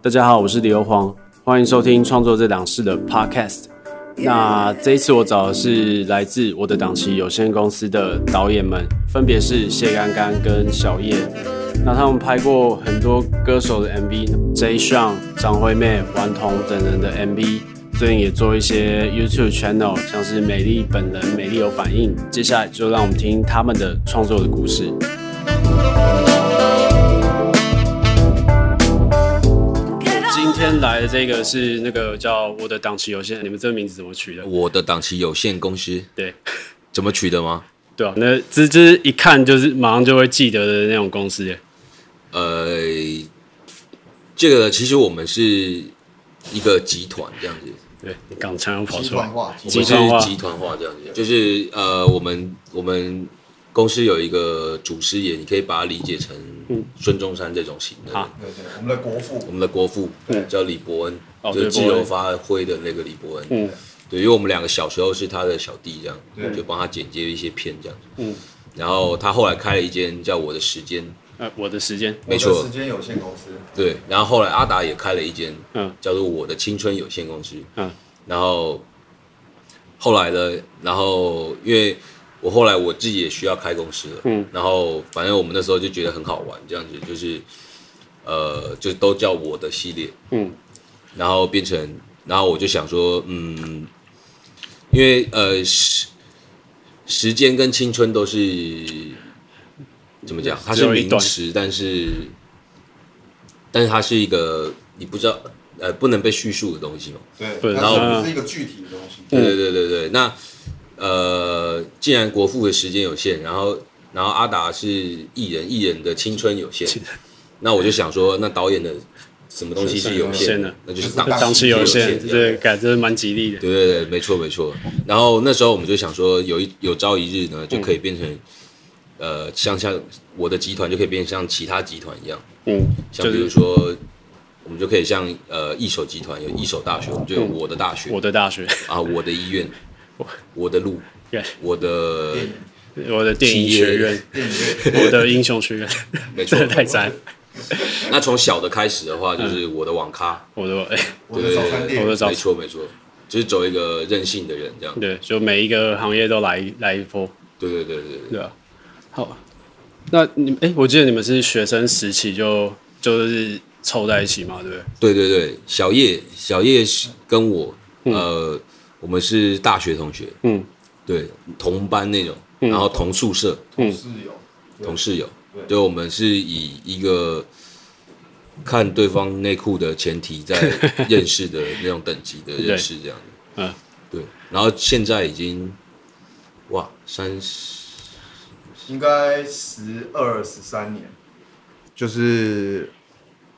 大家好，我是李欧黄，欢迎收听《创作这档事》的 Podcast。那这一次我找的是来自我的档期有限公司的导演们，分别是谢刚刚跟小叶。那他们拍过很多歌手的 MV，J. s h a n 张惠妹、顽童等人的 MV。最近也做一些 YouTube channel，像是美丽本人、美丽有反应。接下来就让我们听他们的创作的故事。我今天来的这个是那个叫我的档期有限，你们这个名字怎么取的？我的档期有限公司对，怎么取的吗？对啊，那这这是一看就是马上就会记得的那种公司耶。呃，这个其实我们是一个集团这样子，对，港腔又跑集出来团，化，我们集团化是集团化这样子，就是呃，我们我们公司有一个祖师爷，你可以把它理解成孙中山这种型的。嗯好对对，我们的国我父，们的国父对叫李伯恩，哦就是对自伯由恩发挥的那个李伯恩。嗯对，因为我们两个小时候是他的小弟，这样对就帮他剪接一些片这样。嗯，然后他后来开了一间叫我的时间，呃，我的时间，没错我的时间有限公司，对，然后后来阿达也开了一间，嗯叫做我的青春有限公司，嗯然后后来呢，然后因为我后来我自己也需要开公司了，嗯，然后反正我们那时候就觉得很好玩，这样子就是，呃，就都叫我的系列，嗯，然后变成，然后我就想说，嗯，因为呃时时间跟青春都是怎么讲，它只是有一名段词，但是但是它是一个你不知道呃不能被叙述的东西嘛，对，对然然后后是一个具体的东西，对对对对对，那呃，既然国父的时间有限，然后然后阿达是艺人，艺人的青春有限，那我就想说，那导演的什么东西是有有限限的的？那就是就是档档档期期有有限，这样这感觉蛮吉利的。对对对，没错没错。然后那时候我们就想说，有一有朝一日呢，就可以变成、呃，像像我的集团就可以变成像其他集团一样，嗯，像就比如是说。我们就可以像呃一手集团有一手大学，我们就有我的大学，我的大学，啊，我的医院，我的路 Yeah，我的电影我的电影学院，电影院，我的英雄学院，没错真的。 太赞。那从小的开始的话，就是我的网咖，我的哎，我的早餐我的店，早没错没错，就是走一个任性的人这样。对，就每一个行业都来来一波，对对对对对，对啊。好，那你哎，我记得你们是学生时期就就是凑在一起嘛，对不对？对对对，小叶小叶是跟我呃，我们是大学同学，嗯，对，同班那种，然后同宿舍，同事有，同室友，对就我们是以一个看对方内裤的前提在认识的那种等级的认识这样子。嗯，对。然后现在已经哇三十应该十二十三年，就是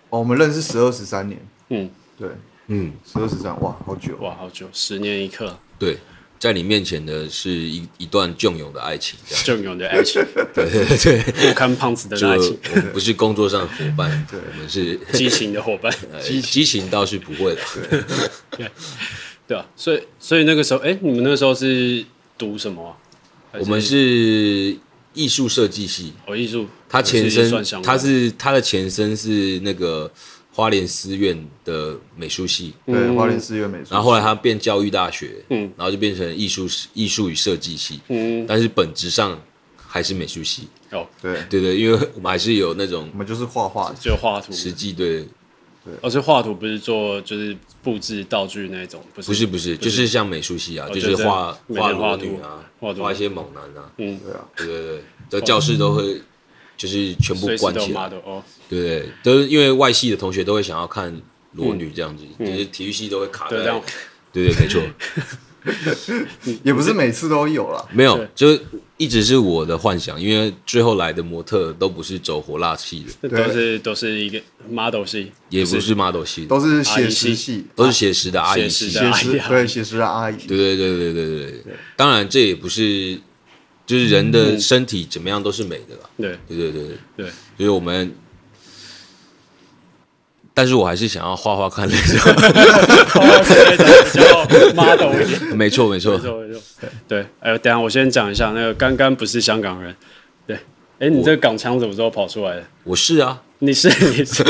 哦，我们认识十二十三年，嗯，对，嗯十二十三，哇，好久，哇，好久，十年一刻，对，在你面前的是一一段隽永的爱情这样。隽永的爱情，对对对，不堪胖子的就爱情，我们不是工作上的伙伴，对我们是激情的伙伴，呃 激情倒是不会的。对啊。所以，所以那个时候，哎，你们那个时候是读什么啊？还我们是艺术设计系，哦，艺术，他前还是算身相，他关是他的前身是那个花莲师院的美术系，对，花莲四月美术，嗯然后后来他变教育大学，嗯嗯，然后就变成艺术艺术与设计系，嗯，但是本质上还是美术系，哦，对，对对，因为我们还是有那种我们就是画画的，就画图，实际对，哦，所以画图不是做就是布置道具那种，不是，不是不是，就是像美术系啊，哦就就是是画每画天画裸图女啊，画图画一些猛男啊，嗯，对啊，对对对，在教室都会就是全部随时关都有起来， model 哦，对对，都是因为外系的同学都会想要看裸女这样子，就是体育系都会卡对，在这样，对对，没错，也不是每次都有啦，没有对，就是一直是我的幻想，因为最后来的模特都不是走火辣系的，这都是都是一个 model 系，也不是 model 系的，都是写实系，都是写实的阿姨写系实。的写阿姨实啊对写实的阿姨，对对对对对对对，当然这也不是，就是人的身体怎么样都是美的啦。对对对对，对对，就是我们。但是我还是想要画画看那种，哦对对比较 model 一点。没错没错没，错没错，对，哎、等一下我先讲一下，那个刚刚不是香港人，对，哎，你这个港腔什么时候跑出来的？我是啊，你是你是，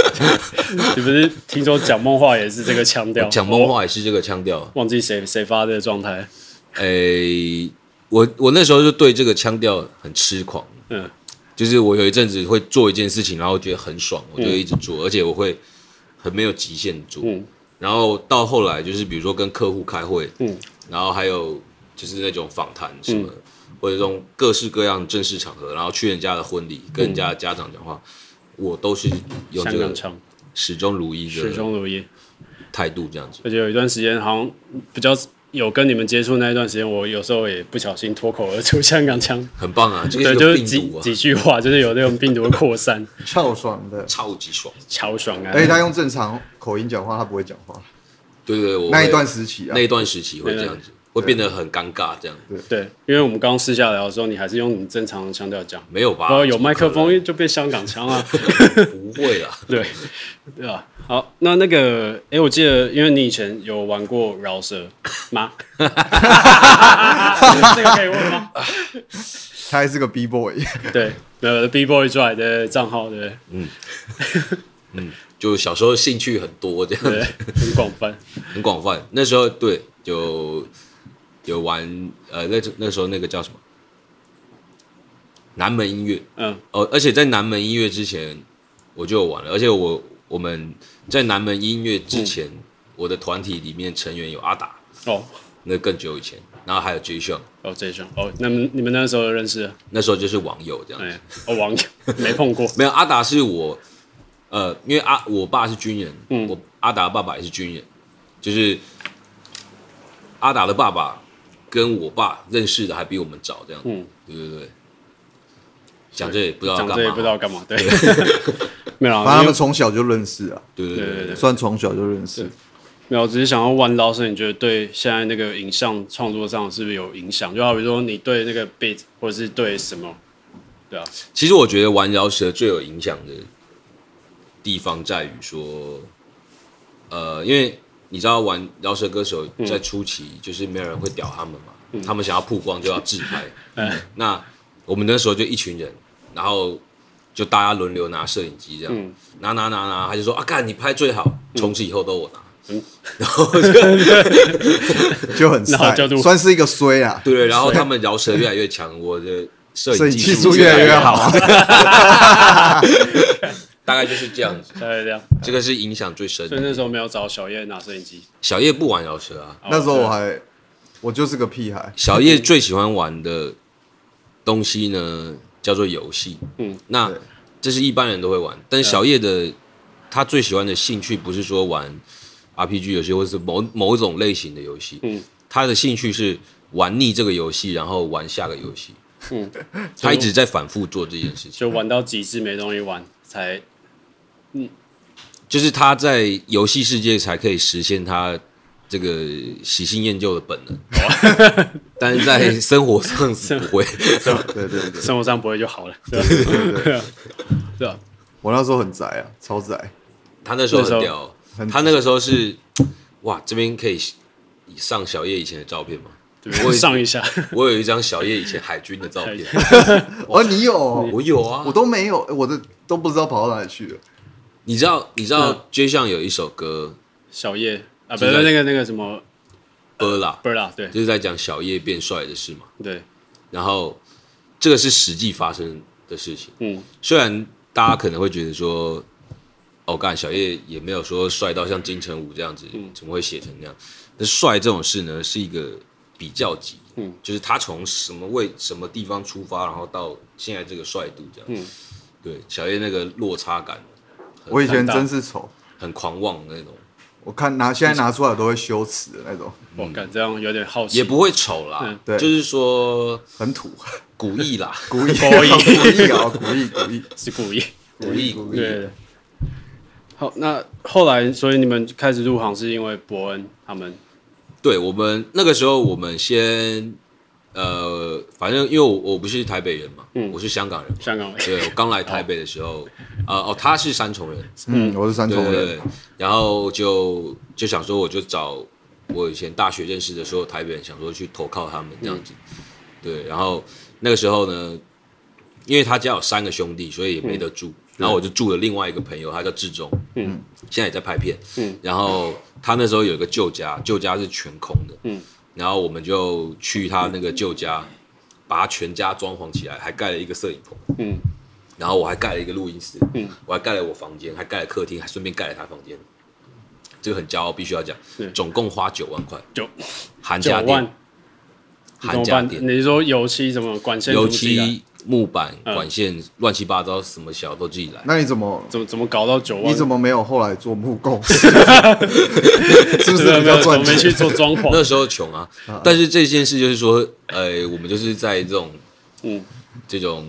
你不是听说讲梦话也是这个腔调？讲哦梦话也是这个腔调。忘记谁谁发的状态。诶、我我那时候就对这个腔调很痴狂，嗯，就是我有一阵子会做一件事情，然后觉得很爽，我就一直做，而且我会很没有极限做。嗯然后到后来就是比如说跟客户开会，嗯，然后还有就是那种访谈什么的，或者这种各式各样的正式场合，然后去人家的婚礼，跟人家的嗯家长讲话，我都是用香这港个腔，始终如一始的终如一。态度这样子。而且有一段时间好像比较有跟你们接触那一段时间，我有时候也不小心脱口而出香港 腔。很棒啊，这个对，是就个是病几毒啊，几句话，就是有那种病毒的扩散， 俏爽的，超级爽。超爽啊！而哎且他用正常口音讲话，他不会讲话。对对，对我那一会段时期啊，那一段时期会这样子，会变得很尴尬这样。对，因为我们刚刚私下聊的时候，你还是用你正常的腔调讲，没有吧？然后有麦克啊怎么风就变香港腔啊。可能？不会啦， 对，对吧？好，那那个，哎、我记得，因为你以前有玩过饶舌吗？这个可以问吗？他还是个 B boy，对，呃，B Boy Drive 的账号，对就小时候兴趣很多这样对，子，很广泛。很广泛。那时候对，有有玩呃，那那时候那个叫什么？南门音乐嗯哦，而且在南门音乐之前我就有玩了，而且我我们在南门音乐之前，嗯我的团体里面成员有阿达，哦，那更久以前，然后还有 J s h 哦，这一张，哦，那么你们那时候认识了？那时候就是网友这样哎、子。哦，网友没碰过。没有阿达是我，呃，因为阿我爸是军人，嗯我阿达爸爸也是军人，就是阿达的爸爸跟我爸认识的还比我们早，这样，嗯对对对。讲这也不知道讲这干也嘛，不知道干嘛，对， 没有反正啊，他因为们从小就认识啊，对对对对对对对对，算从小就认识。没有，我只是想要玩老师，你觉得对现在那个影像创作上是不是有影响？就好比说你对那个 beat 或者是对什么，对啊，其实我觉得玩饶舌最有影响的地方在于说，呃，因为你知道玩饶舌歌手在初期就是没有人会屌他们嘛，他们想要曝光就要自拍。嗯那我们那时候就一群人，然后就大家轮流拿摄影机这样，嗯拿拿拿拿，他就说啊，干你拍最好，从此以后都我拿。 就很然后晒就录，算是一个衰啊。对，然后他们饶舌越来越强，我的摄摄影影技技术越来越，好，啊大概就是这样子。大概这样。这个是影响最深所以的。那时候没有找小叶拿摄影机。小叶不玩饶舌啊，哦 那时候我还我就是个屁孩，小叶最喜欢玩的东西呢，叫做游戏。嗯嗯，啊那对这是一般人都会玩，但小叶的、他最喜欢的兴趣不是说玩 RPG 游戏，或是某某种类型的游戏。嗯嗯，他的兴趣是玩腻这个游戏，然后玩下个游戏。嗯嗯，他一直在反复做这件事情，就玩到极致没东西玩，才就是他在游戏世界才可以实现他这个喜新厌旧的本能，哦 但是在生活上是 不会。对对对，生活上不会就好了，对吧？对啊 对啊，我那时候很宅啊，超宅，他那时候那时候很屌很，他那个时候是哇，这边可以上小叶以前的照片吗？对啊上一下，我有一张小叶以前海军的照片，哦，你有哦，我有啊我。都没有，我的都不知道跑到哪里去了。你知道你知嗯道街上有一首歌小叶啊，不就是在那个那个什么《波啦不是啦，对》，就是在讲小叶变帅的事嘛。对，然后这个是实际发生的事情，嗯，虽然大家可能会觉得说，哦，干小叶也没有说帅到像金城武这样子，嗯怎么会写成那样？那帅这种事呢，是一个比较级，嗯，就是他从什么位什么地方出发，然后到现在这个帅度这样，嗯，对，小叶那个落差感我以前大真是丑，很狂妄的那种，嗯我看拿现在拿出来我都会羞耻的那种，我感这样有点好奇，嗯也不会丑啦，嗯对就是说很土，古意啦，故意故 意故意啊，故意故意，是故 意。古意古 意，对。好，那后来，所以你们开始入行是因为伯恩他们，对我们那个时候，我们先呃，反正因为我我不是台北人嘛，嗯我是香港人嘛，香港人对我刚来台北的时候，呃哦，他是三重人，嗯，我是三对重对人对，，然后就就想说，我就找我以前大学认识的时候台北人，想说去投靠他们这样子，对，然后那个时候呢，因为他家有三个兄弟，所以也没得住。然后我就住了另外一个朋友，他叫志忠，嗯，现在也在拍片，嗯，然后他那时候有一个旧家，旧家是全空的，嗯，然后我们就去他那个旧家，把他全家装潢起来，还盖了一个摄影棚，嗯然后我还盖了一个录音室，嗯，我还盖了我房间，还盖了客厅，还顺便盖了他房间，这个很骄傲，必须要讲是，总共花九万块，九含九 家电万，，你怎含么家办？电，你说油漆什么管线啊油怎么自己来漆、木板、嗯管线，乱七八糟，什么小都自己来。那你怎么？怎么怎么搞到九万？你怎 么么没有后来做木 工？是不是比啊没有较怎么赚没去钱？做装 那潢？时候穷啊，但是这件事就是说，呃，我们就是在这种嗯，这种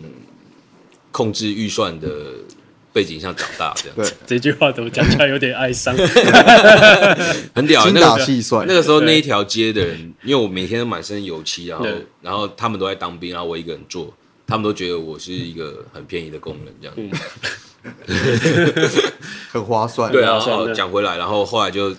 控制预算的背景下长大，这样对，这句话怎么讲起来有点哀伤？很屌欸。精那打个细算那。个时候对那一条街的人，因为我每天都满身油漆，然后对然后他们都在当兵，然后我一个人做，他们都觉得我是一个很便宜的工人这样。嗯很划算。对啊，划算哦对讲回来，然后后来就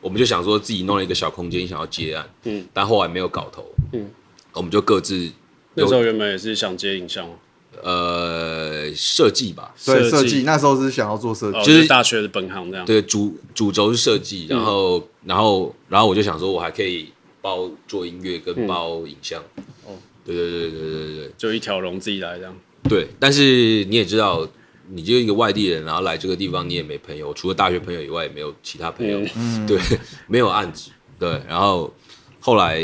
我们就想说自己弄了一个小空间，想要接案，嗯，但后来没有搞头，嗯，我们就各自那时候原本也是想接影像嘛，呃设计吧，对，设设计计那时候是想要做设哦计，就是就是大学的本行这样。对主主轴是设计，然后、嗯然后然后我就想说，我还可以包做音乐跟包影像，嗯哦对对对对对对就一条龙自己来这样。对，但是你也知道。你就一个外地人，然后来这个地方，你也没朋友，除了大学朋友以外，也没有其他朋嗯友。对，没有案子，对。然后后来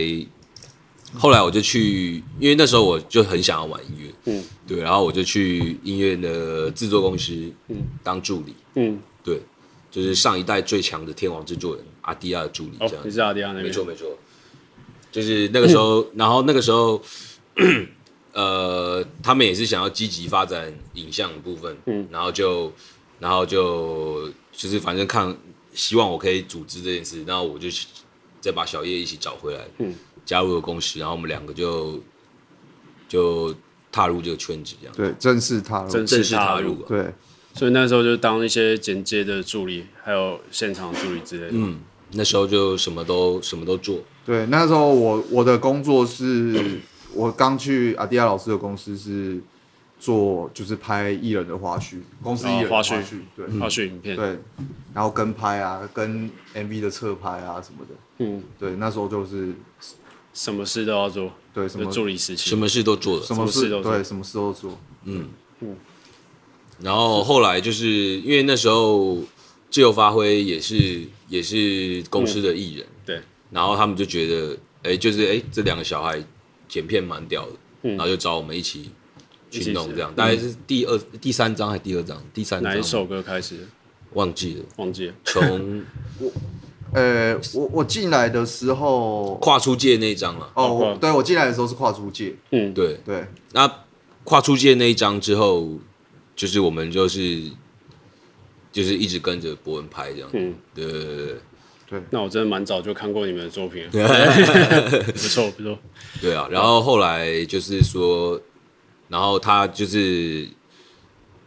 后来我就去，因为那时候我就很想要玩音乐，嗯对。然后我就去音乐的制作公司，嗯当助理，嗯，对，就是上一代最强的天王制作人阿迪亚的助理这哦样，你子，是阿迪亚那边？没错没错，就是那个时候，然后那个时候。 呃，他们也是想要积极发展影像的部分，嗯，然后就，然后就就是反正看，希望我可以组织这件事，然后我就再把小叶一起找回来，嗯，加入了公司，然后我们两个就就踏入这个圈子，这样对，正式踏入。正正式踏踏入，啊了，对，所以那时候就当一些剪接的助理，还有现场助理之类的。嗯，那时候就什么都什么都做，对，那时候我我的工作是，我刚去阿迪亚老师的公司是做就是拍艺人的花絮，公司艺人的哦花絮絮，对、嗯花絮影片，对，然后跟拍啊，跟 MV 的侧拍啊什么的，嗯，对，那时候就是什么事都要做，对什就么助理时期什。么事都做了，什么什么事都做对什么事都做，然后后来就是因为那时候自由发挥也是也是公司的艺人，对，然后他们就觉得，哎，就是哎这两个小孩剪片蛮屌的，然后就找我们一起嗯一起去弄是这样，大概是第二、第三章还是第二章？第三章哪一首歌开始？忘记了，忘记了。 从呃，我我进来的时候，跨出界那一章了。哦，跨我对我进来的时候是跨出界，嗯， 对，对，那跨出界那一章之后，就是我们就是就是一直跟着博文拍这样，嗯对对对对。那我真的蛮早就看过你们的作品 了，不错不错。对啊，然后后来就是说，然后他就是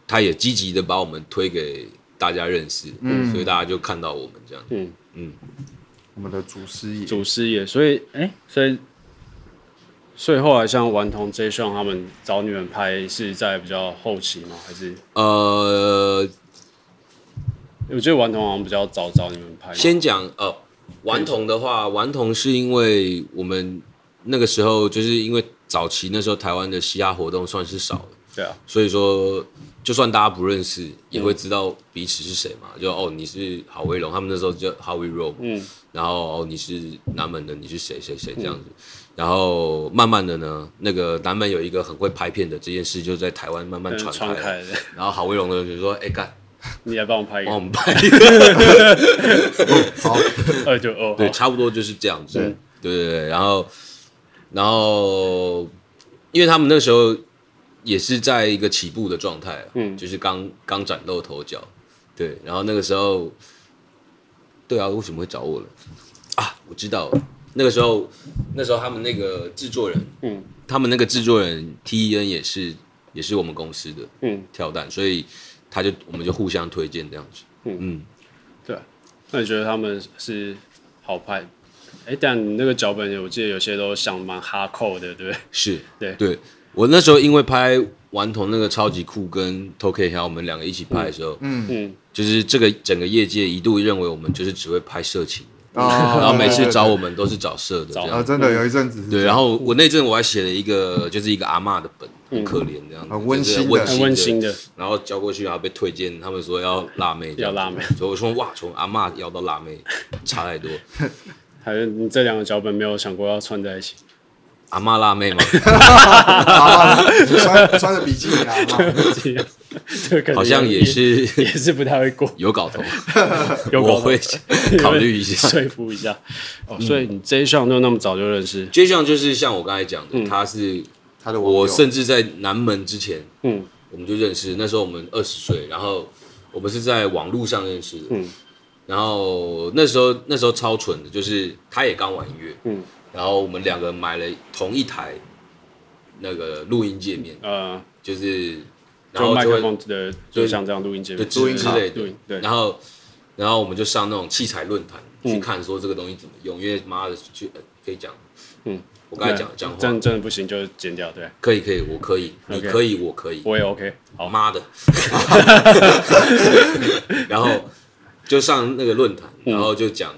他也积极的把我们推给大家认识，嗯，所以大家就看到我们这样。嗯，我们的祖师爷，祖师爷，所以哎、所以所以后来像顽童 J 上他们找你们拍是在比较后期吗？还是呃，我觉得顽童好像比较早找你们拍嘛。先讲哦，顽童的话，顽童是因为我们那个时候就是因为早期那时候台湾的嘻哈活动算是少的，对啊，所以说就算大家不认识，也会知道彼此是谁嘛。就哦，你是郝威龙，他们那时候叫 Howie Roll，嘛嗯然后哦你是南门的，你是谁谁谁这样子，然后慢慢的呢，那个南门有一个很会拍片的这件事，就在台湾慢慢传嗯传开了。开了，然后郝威龙呢就说：“哎干， 你来帮我拍一帮我个，们拍。好，二九二”对，号，差不多就是这样子。对对对，然后然后因为他们那时候也是在一个起步的状态、啊，嗯就是刚刚崭露头角。对，然后那个时候，对啊，为什么会找我了啊？我知道了，那个时候那时候他们那个制作人。嗯他们那个制作人 T E N 也是也是我们公司的嗯，跳蛋，所以他就我们就互相推荐这样子。嗯对啊。那你觉得他们是好拍？哎、但你那个脚本我记得有些都想蛮哈扣的，对不对？是对对。我那时候因为拍《顽童》那个超级酷跟 t o k y 我们两个一起拍的时候，嗯嗯，就是这个整个业界一度认为我们就是只会拍色情，啊 然后每次找我们都是找色的这啊，样。真的有一阵子是对，这然样后我那阵我还写了一个，就是一个阿嬷的本，很可怜这样子，嗯很温馨的就是很温馨的。的，然后交过去，然后被推荐，他们说要辣妹，要辣妹，所以我说哇，从阿嬷要到辣妹，差太多。还是你这两个脚本没有想过要串在一起？ 阿嬷辣妹吗？啊穿穿着比基尼啊， 这样这个可能好像也是，也是不太会过 有搞头，有搞头我 会考虑一下。嗯说服一下。哦，所以你这一项就那么早就认识，就像就是像我刚才讲嗯的，他是他的网友我甚至在南门之前，嗯，我们就认识，那时候我们二十岁，然后我们是在网络上认识的，嗯，然后那时候那时候超蠢的，就是他也刚玩音乐，嗯，然后我们两个买了同一台那个录音界面，呃，就是然就后麦就克会风的，就像这样录音节目就，录音之类录的音，对，然后然后我们就上那种器材论坛嗯去看说这个东西怎么用，因为妈的去呃可以讲，嗯，我刚才讲讲话真真的不行就剪掉，对可以可以，我可以，你 OK 可以，我可以，我也 OK。好，妈的， 然后就上那个论坛，然后就讲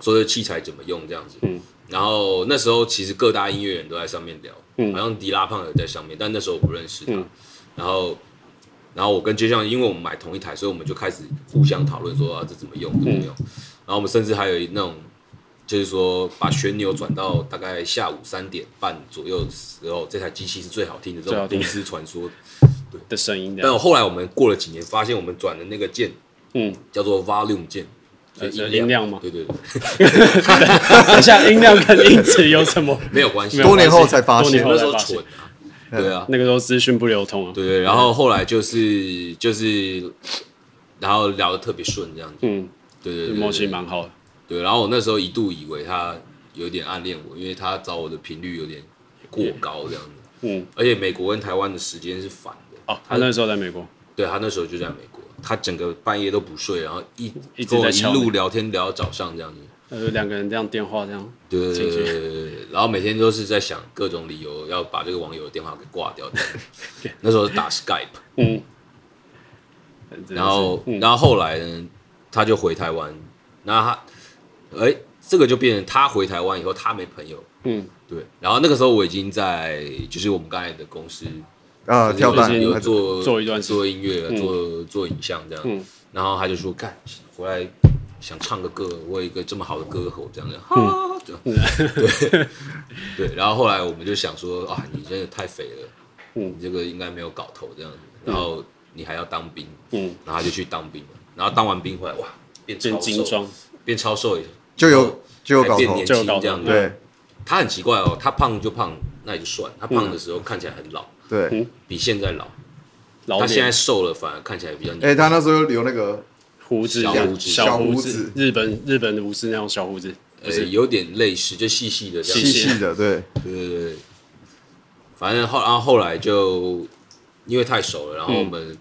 说这器材怎么用这样子。嗯然后那时候其实各大音乐人都在上面聊，嗯好像迪拉胖有在上面，但那时候我不认识他。嗯然后，然后我跟街上，因为我们买同一台，所以我们就开始互相讨论说啊，这怎么用，嗯怎么用。然后我们甚至还有那种。就是说，把旋钮转到大概下午三点半左右的时候，这台机器是最好听的这最种好听都市传说的声音但的，我后来我们过了几年，发现我们转的那个键嗯，叫做 volume 键，呃就音量吗对对对， 等一下音量跟音质有什么？没有关系。没有多我关系年后才发多现年后那才时候发现蠢啊，对啊，那个时候资讯不流通啊。对对。然后后来就是就是，然后聊得特别顺这样子，嗯，对对对默契对对。蛮好的，对，然后我那时候一度以为他有点暗恋我，因为他找我的频率有点过高这样子，嗯，而且美国跟台湾的时间是反的。哦，他那时候在美国，对他那时候就在美国，他整个半夜都不睡，然后一一直跟我在一敲你路聊天聊到早上这样子。呃，两个人这样电话这样，对对进对去对对对对，然后每天都是在想各种理由要把这个网友的电话给挂掉。这样那时候是打 Skype，嗯，真的是然后、然后后来呢，他就回台湾，那他哎，这个就变成他回台湾以后他没朋友，嗯，对。然后那个时候我已经在就是我们刚才的公司啊，就是跳蛋已经有还做做一段时间做音乐、做做影像这样，嗯然后他就说干回来想唱个歌，我有一个这么好的歌喉这样子，哈、嗯这样 对对，然后后来我们就想说啊，你真的太肥了，嗯你这个应该没有搞头这样子，然后你还要当兵，嗯，然后他就去当兵了，然后当完兵回来哇变超变精瘦，装，变超瘦也就有就有还搞变头年，就有轻搞头这样子，对他很奇怪哦，他胖就胖那也就算，他胖的时嗯候看起来很老，对。比现在老。老他现在脸瘦了，反而看起来比较年哎，他那时候留那个胡子小这样胡子小小胡胡子子，日本日本的武士那种小胡子，呃有点类似，就细细的这细样。细的，对，对对对对，反正后然后后来就因为太熟了，然后我们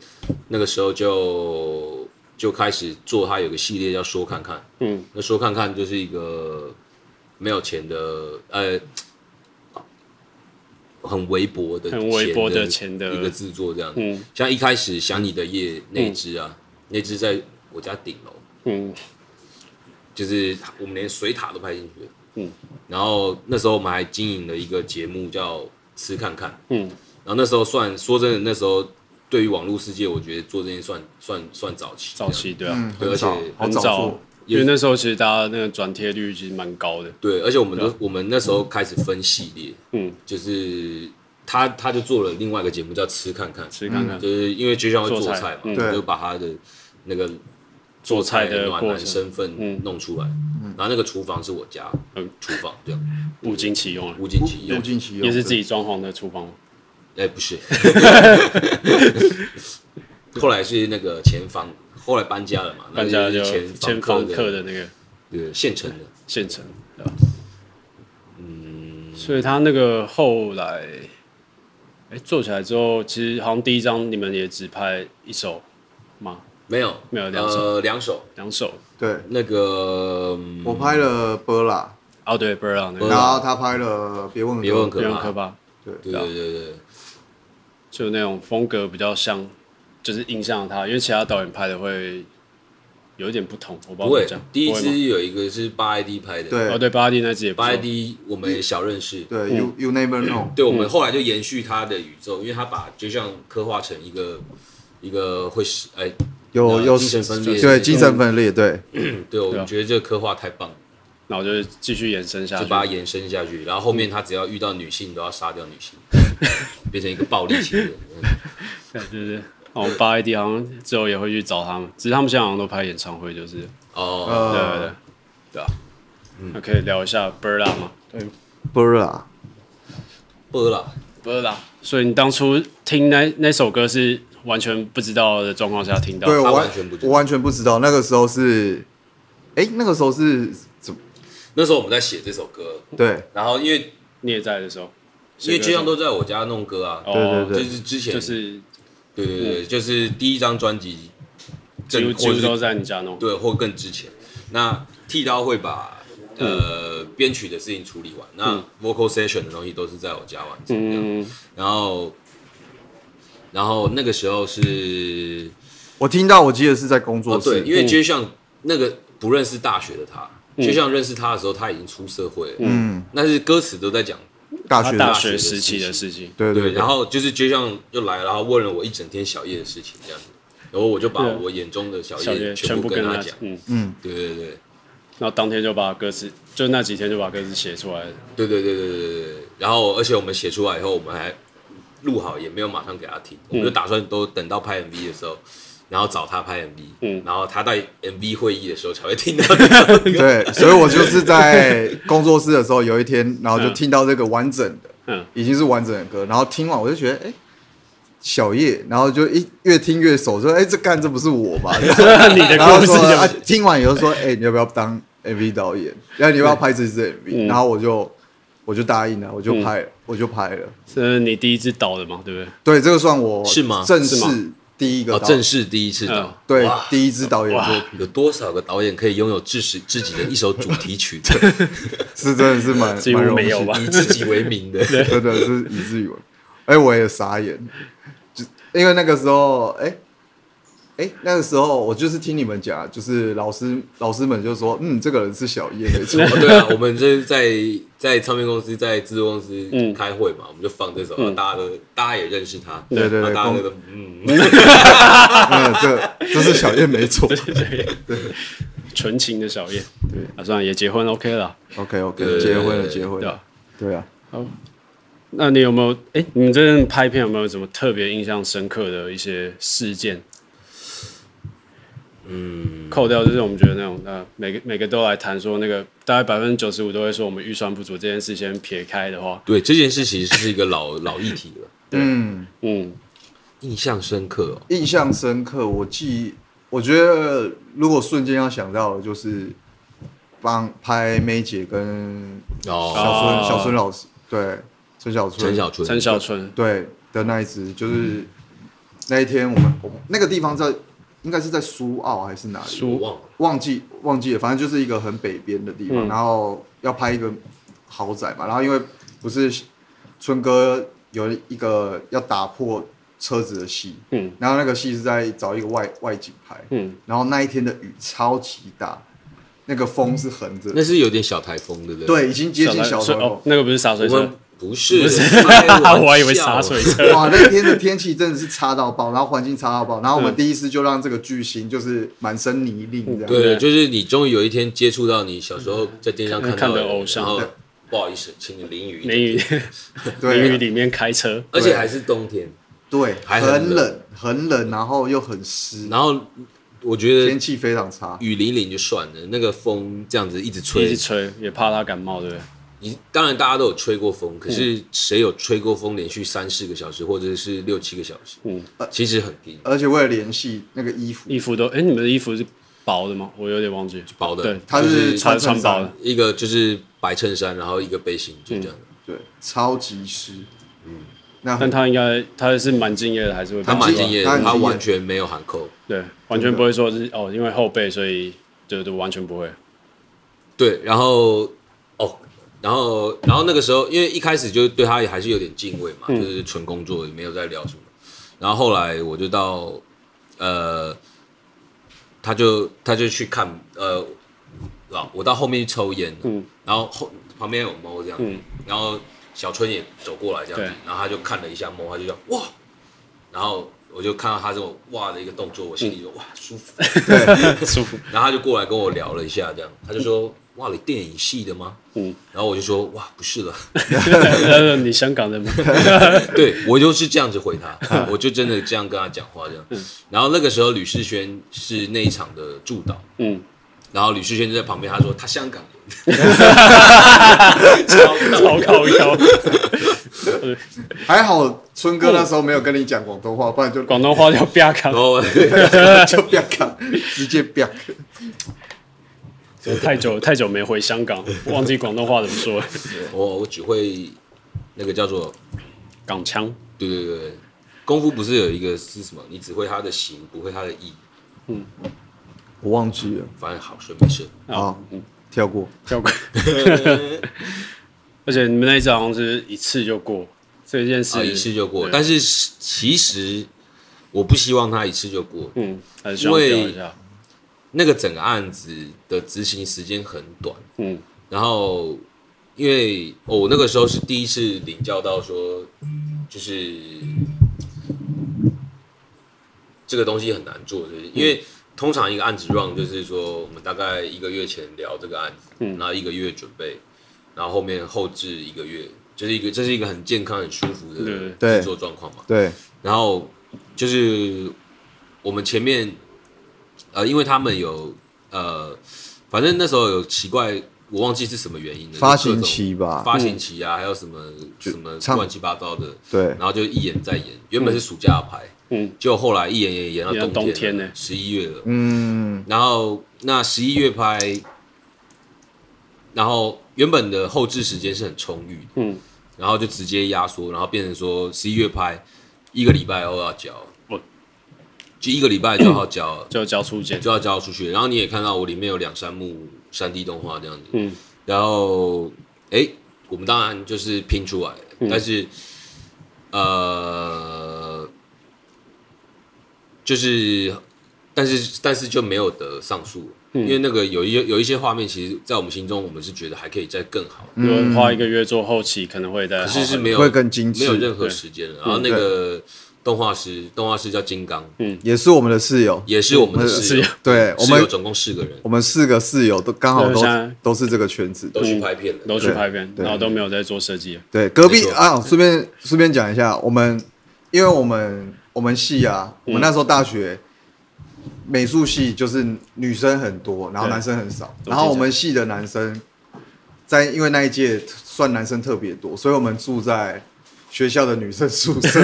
那个时候就就开始做他有个系列叫说看看，嗯，那说看看就是一个没有钱的呃。很微薄的，很微薄的钱钱的一个制作这样，嗯像一开始想你的夜那只啊，那只在我家顶楼，嗯就是我们连水塔都拍进去了。嗯，然后那时候我们还经营了一个节目叫《吃看看》，嗯然后那时候算说真的，那时候对于网络世界，我觉得做这件算算算早期，早期对啊，嗯，很早而且，好很早早啊做，，因为那时候其实大家那个转贴率其实蛮高的，对，而且我们都、我们那时候开始分系列，啊嗯，就是他他就做了另外一个节目叫《吃看看》，所以看看就是因为就像会做做菜菜嘛，嗯我对就把他的那个做做菜菜的暖过男程身份嗯弄出来，然后那个厨房是我家嗯厨房，这样物尽其用啊，物尽其用物，尽其用，也是自己装潢的厨房，哎、不是，后来是那个前房，后来搬家了嘛，搬家那就就是前前房房客客的的那个对现成的，县城，对吧？嗯，所以他那个后来，哎，做起来之后，其实好像第一张你们也只拍一首吗？没有没有两手呃两手两首？对那个、嗯我拍了《波拉哦，对，不知道那》， Burla 个然后他拍了《别问嗯别问可可别用怕科，吧，对对对对，就那种风格比较像，就是印象他，因为其他导演拍的会有一点不同，我不知道怎不么会讲。，第一不会吗支有一个是八 ID 拍的，对哦，对，八 D 那集也不八错 ID 我们也小认识，嗯对，You You never know，对，我们后来就延续他的宇宙，因为他把就像刻画成一个一个会是哎，有呃有精神分裂对精神分裂，对对我对啊们觉得这个刻画太棒了，然后就是继续延伸下就去。把它延伸下去，然后后面他只要遇到女性都要杀掉女 性，变成一个暴力情人。嗯对对对，哦，八 ID 好像之后也会去找他们，只是他们现在好像都拍演唱会，就是哦，对对对呃，对啊，那可以聊一下 Berla 吗？对波拉，波啦， ，Berla。所以你当初听那那首歌是完全不知道的状况下听到，对我完完全不知道我完全不知道，那个时候是，哎，那个时候是怎么？那时候我们在写这首歌，对然后因为你也在的时候，因为街上都在我家弄歌啊，哦对就对是之前就是对对对，就是第一张专辑，几乎正几或乎者都是在你家弄。对或更之前，那剃刀会把呃嗯编曲的事情处理完，那 vocal session 的东西都是在我家完成这样，嗯，然后然后那个时候是我听到，我记得是在工哦作对，室，因为街上那个不认识大学的他，街上认识他的时候他已经出社会了，嗯，那是歌词都在讲大他学大的，学时期的事情，对对，对，然后就是街上就来，然后问了我一整天小叶的事情，这样子，然后我就把我眼中的小小学叶全部部跟跟他他讲，嗯，对对对然后当天就把歌词，就那几天就把歌词写出来了。对对对对对对对，然后而且我们写出来以后，我们还录好，也没有马上给他听，我们就打算都等到拍 MV 的时候。然后找他拍 MV，嗯，然后他在 MV 会议的时候才会听到 对，所以我就是在工作室的时候，有一天，然后就听到这个完整的，嗯，已经是完整的歌，然后听完我就觉得，哎、小叶，然后就一越听越熟，说，哎、这干这不是 我吧？你的然后故事说，啊就，听完以后说，哎、你要不要当 MV 导演？然后你要不要拍这支嗯 MV？、然后我就我就答应了，我就拍了，我就拍了。是你第一支导的嘛，对不对？对，这个算我是吗正是式第一个哦，导、正式第一次嗯到。对哇第一支导演作哇品，有多少个导演可以拥有自己自己的一首主 题曲？是真的是蛮几乎蛮荣没有幸吧以自己为名的，真的是以至于我，哎、我也傻眼，就因为那个时候，哎、哎、那个时候我就是听你们讲，啊就是老师老师们就说，嗯，这个人是小叶，没错，哦对啊，我们这是在在唱片公司、在制作公司嗯开会嘛，我们就放这首，然后大家都大家也认识他，对对对然后大家公都嗯，嗯，这这是小叶，没错纯情的小叶，对，啊，算了，也结婚 OK 了， ，OK 对 OK，结婚了，对结婚对了，吧？对啊，那你有没有？哎、你们这阵拍片有没有什么特别印象深刻的一些事件？嗯，扣掉就是我们觉得那种呃，每个每个都来谈说那个，大概百分之九十五都会说我们预算不足这件事先撇开的话，对这件事其实是一个老老议题了，嗯，嗯，印象深刻哦。印象深刻，我记，我觉得如果瞬间要想到的就是帮拍梅姐跟小哦，孙、哦小孙老师，对，陈小春，陈小春，陈小春，对的那一只，就是那一天我们我们那个地方在应该是在苏澳还是哪里，我书忘了，忘记忘记了，反正就是一个很北边的地方，嗯然后要拍一个豪宅嘛，然后因为不是春哥有一个要打破车子的戏，嗯，然后那个戏是在找一个外外景拍，嗯，然后那一天的雨超级大，那个风是横着的，那是有点小台风，对不对？对，已经接近小水台哦风，。那个不是洒水我车们，不是，不是开玩笑 我还以为洒水车， 哇，那天的天气真的是差到爆，然后环境差到爆，然后我嗯们第一次就让这个巨星就是满身泥泞这样。对，就是你终于有一天接触到你小时候在电视上嗯看看到看的偶像然后不好意思，请你淋雨一点，淋雨淋雨对啊里面开车，而且还是冬天。对，还很很冷，很冷，然后又很湿，然后我觉天得气非常差。雨淋淋就算了，那个风这样子一直一吹直，吹，也怕他感冒，对不对？你当然大家都有吹过嗯风，可是谁有吹过风连续三四个小时或者是六七个小时？嗯其实很低，而且为了联系那个衣服，衣服都，哎、你们的衣服是薄的吗？我有点忘记，薄的对，他就是是穿穿穿衬薄衫的，，一个就是白衬衫，然后一个背心，就这样。嗯对，超级湿。嗯，那但很他应该他是蛮敬业的，还是会他帮蛮忙敬业他的，很敬他业完全没有喊扣。对，完全不会说是哦，因为后背所以就就完全不会，对，然后哦，然嗯后然后那个时候，因为一开始就对他也还是有点敬畏嘛，就是纯工作，也没有在聊什么。然后后来我就到呃，他就他就去看呃，老我到后面去抽烟，嗯，然后后旁边有猫这样，嗯，然后小春也走过来这样对子，然后他就看了一下猫，他就讲哇，然后我就看到他这种哇的一个动作，我心里就哇舒服，舒服。 然后他就过来跟我聊了一下，这样他就说哇你电影系的吗？嗯，然后我就说哇不是了。 你香港人吗？对我就是这样子回他，我就真的这样跟他讲话这样。然后那个时候吕世轩是那一场的助导，嗯，然后吕世轩就在旁边，他说他香港人，超靠腰。还好春哦哥那时候没有跟你讲广东话，不然就 广东话叫啪卡然，后就不要看，直接不要看。我太久太久没回香港，忘记广东话怎么说了。我我只会那个叫做港腔，对对对，对功夫不是有一个是什么？你只会他的形，不会他的意，我忘记了反正好顺没顺。啊，嗯跳过。跳过。 而且你们那一张好像是一次就过这件啊，事，一次就过。对但是其实我不希望他一次就过，嗯，还是希望调一下。那个整个案子的执行时间很短，嗯，然后因为、哦我那个时候是第一次领教到说，就是这个东西很难做，就是嗯因为通常一个案子 run 就是说，我们大概一个月前聊这个案子，嗯然后一个月准备，然后后面后置一个月，就是一个这是一个很健康、很舒服的对对制作状况嘛。对，然后就是我们前面，呃，因为他们有呃，反正那时候有奇怪，我忘记是什么原因的发行期就吧各种发行期啊，还有什么就什么唱乱七八糟的，对然后就一延再延，原本是暑假排，嗯，就后来一延也延延到到冬天呢十一月了，嗯，然后那十一月拍，然后原本的后置时间是很充裕的，嗯，然后就直接压缩，然后变成说十一月拍一个礼拜后要交，我就一个礼拜就要交了就交出件，就要交出去。然后你也看到我里面有两三幕三 D 动画这样子，嗯，然后哎，我们当然就是拼出来了，但是呃，就是但是但是就没有得上诉，嗯因为那个有一些有一些画面，其实在我们心中，我们是觉得还可以再更好，如果花一个月做后期，可能会再可好是是很多没有嗯会更精没有致，任何时间了。然后那个动画师，动画师叫金刚，嗯也是我们的室友，也是我们的室室友友，对我室友们总共四个人我们四个室友都刚好对都现在都是这个圈子，都去拍片了，都去拍片，对然后都没有在做设计了。对，隔壁没错啊，顺便顺便讲一下，我们因为我们我们系啊，嗯我们那时候大学、美术系就是女生很多，然后对男生很少，嗯记然后我们系的男生在因为那一届算男生特别多，所以我们住在学校的女生宿舍。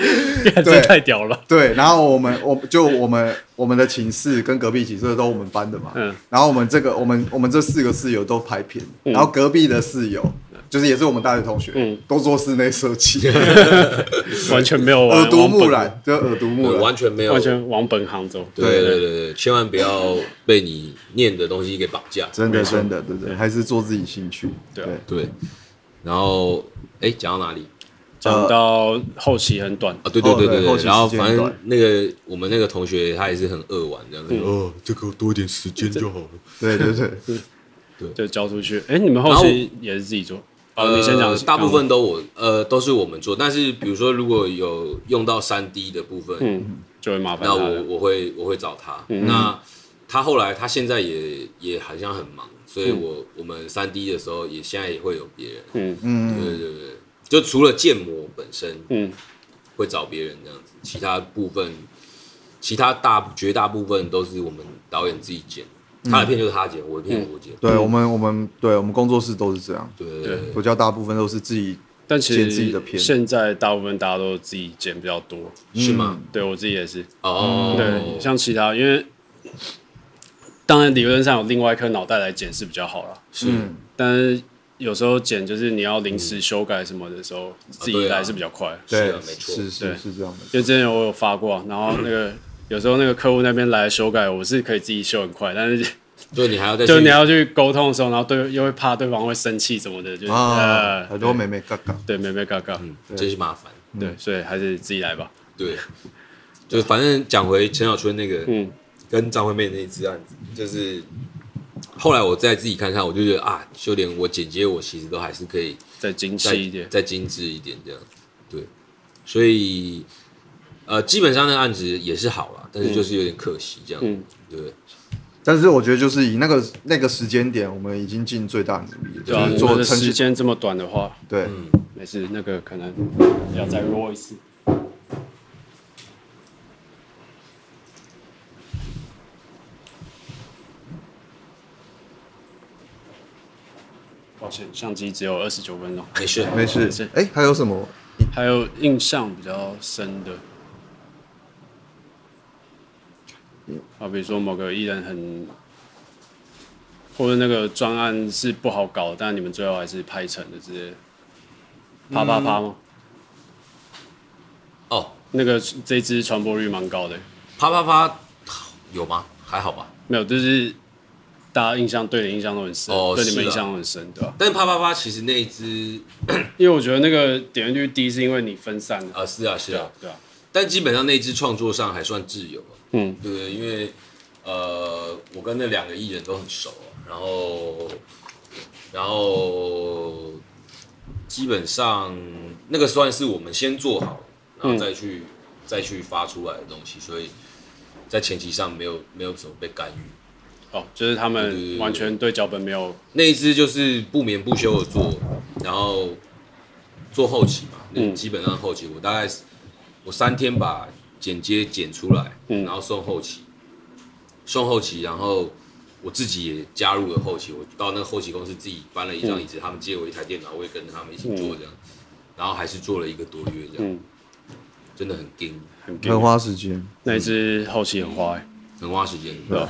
这太屌了！对，然后我们我就我们我们的寝室跟隔壁寝室都我们班的嘛，嗯然后我们这个我们我们这四个室友都拍片，然后隔壁的室友就是也是我们大学同学，嗯都做室内设计，完全没有耳往濡目，往染，就耳濡目对染，完全没本有完全往本行走。对对对对，千万不要被你念的东西给绑架。真的真的对对，还是做自己兴趣，对啊对对，然后哎，讲到哪里呃讲到后期很短，啊？对对对哦对对后对，期然后时间反正短那个我们那个同学他也是很恶玩这样子，哦，这个多一点时间就好了。对对对，就交出去。哎，你们后期也是自己做？哦，呃，你先讲。大部分都我呃都是我们做，但是比如说如果有用到三 D 的部分，嗯，就会麻烦那他我了。嗯我会我会找他。那他后来他现在也也好像很忙，所以我、我们三 D 的时候也现在也会有别人。嗯嗯，对对对对，就除了建模本身嗯会找别人这样子，其他部分其他大绝大部分都是我们导演自己剪，他的片就是他剪，我嗯的片我剪。对我们我们对我们工作室都是这样，对对对对我教大部分都是自己，但其剪自己的实片现在大部分大家都自己剪比较多。是吗？对我自己也是。哦，对，像其他，因为当然理论上有另外一颗脑袋来剪是比较好了，是。但是有时候剪就是你要临时修改什么的时嗯候，自己来是比较快。对啊，没错是对是是这样的，因为之前我有发过啊，然后那嗯个有时候那个客户那边来修改，我是可以自己修很快，但嗯是就你还要再去 就你要去沟通的时候，然后对又会怕对方会生气什么的，就是、啊，呃，很多美美嘎嘎，嗯对，没没嘎嘎，真是麻烦。对，所以还是自己来吧。对，就反正讲回陈小春那个，嗯跟张惠妹那一支案子，就是后来我再自己看看，我就觉得啊，就连我剪接我其实都还是可以再精再细一点。再精致一点这样，对，所以呃，基本上那个案子也是好了，但是就是有点可惜这样，嗯对，但是我觉得就是以那个那个时间点，我们已经尽最大努力了，对啊，就是如果做呈时现。间这么短的话，对，没事，那个可能要再 roll 一次。抱歉，相机只有二十九分钟。没事，没是事。哎，还有什么？还有印象比较深的，好比说某个艺人很，或者那个专案是不好搞，但你们最后还是拍成的之类的，啪啪啪吗？哦，那个这一支传播率蛮高的，啪啪啪，有吗？还好吧，没有，就是大家印象对你印象都很深，哦对你们是啊印象都很深，对吧、但是啪啪啪其实那一支因为我觉得那个点阅率低是因为你分散了，啊是啊是对啊啊，，对啊，但基本上那一支创作上还算自由啊，嗯对不对？因为呃，我跟那两个艺人都很熟、啊，然后然后基本上那个算是我们先做好，然后再去、再去发出来的东西，所以在前期上没有没有什么被干预。哦，就是他们完全对脚本没有，那一支就是不眠不休的做，然后做后期嘛，那嗯基本上后期我大概是我三天把剪接剪出来，嗯然后送后期，送后期，然后我自己也加入了后期，我到那个后期公司自己搬了一嗯张椅子，他们借我一台电脑，我也跟着他们一起做这样，然后还是做了一个多月这样，嗯，真的很硬，很很花时间。那一支后期很花、欸。很花时间。对吧？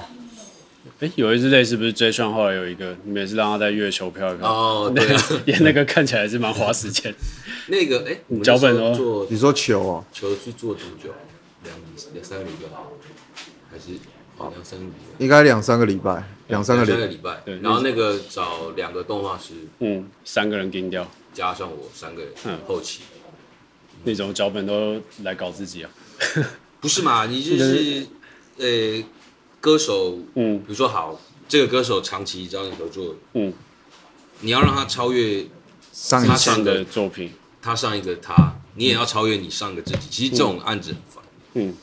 哎，有一支类似不是 J 上后来有一个，你们也是让他在月球飘一飘，哦，对啊， 也那个看起来是蛮花时间。那个哎，我们脚本那时候哦做你说球哦，球去做多久？两两三个礼拜，还是哦两三个礼拜？应该两三个礼拜，两三个两三个礼礼拜对。然后那个找两个动画师，嗯，三个人盯掉加上我三个人嗯后期，那种脚本都来搞自己啊。不是嘛？你就是呃，歌手，嗯比如说好，这个歌手长期找你合作，嗯，你要让他超越上一他之次上前个的作品，他上一个他，你也要超越你上个自己。其实这种案子很烦，嗯，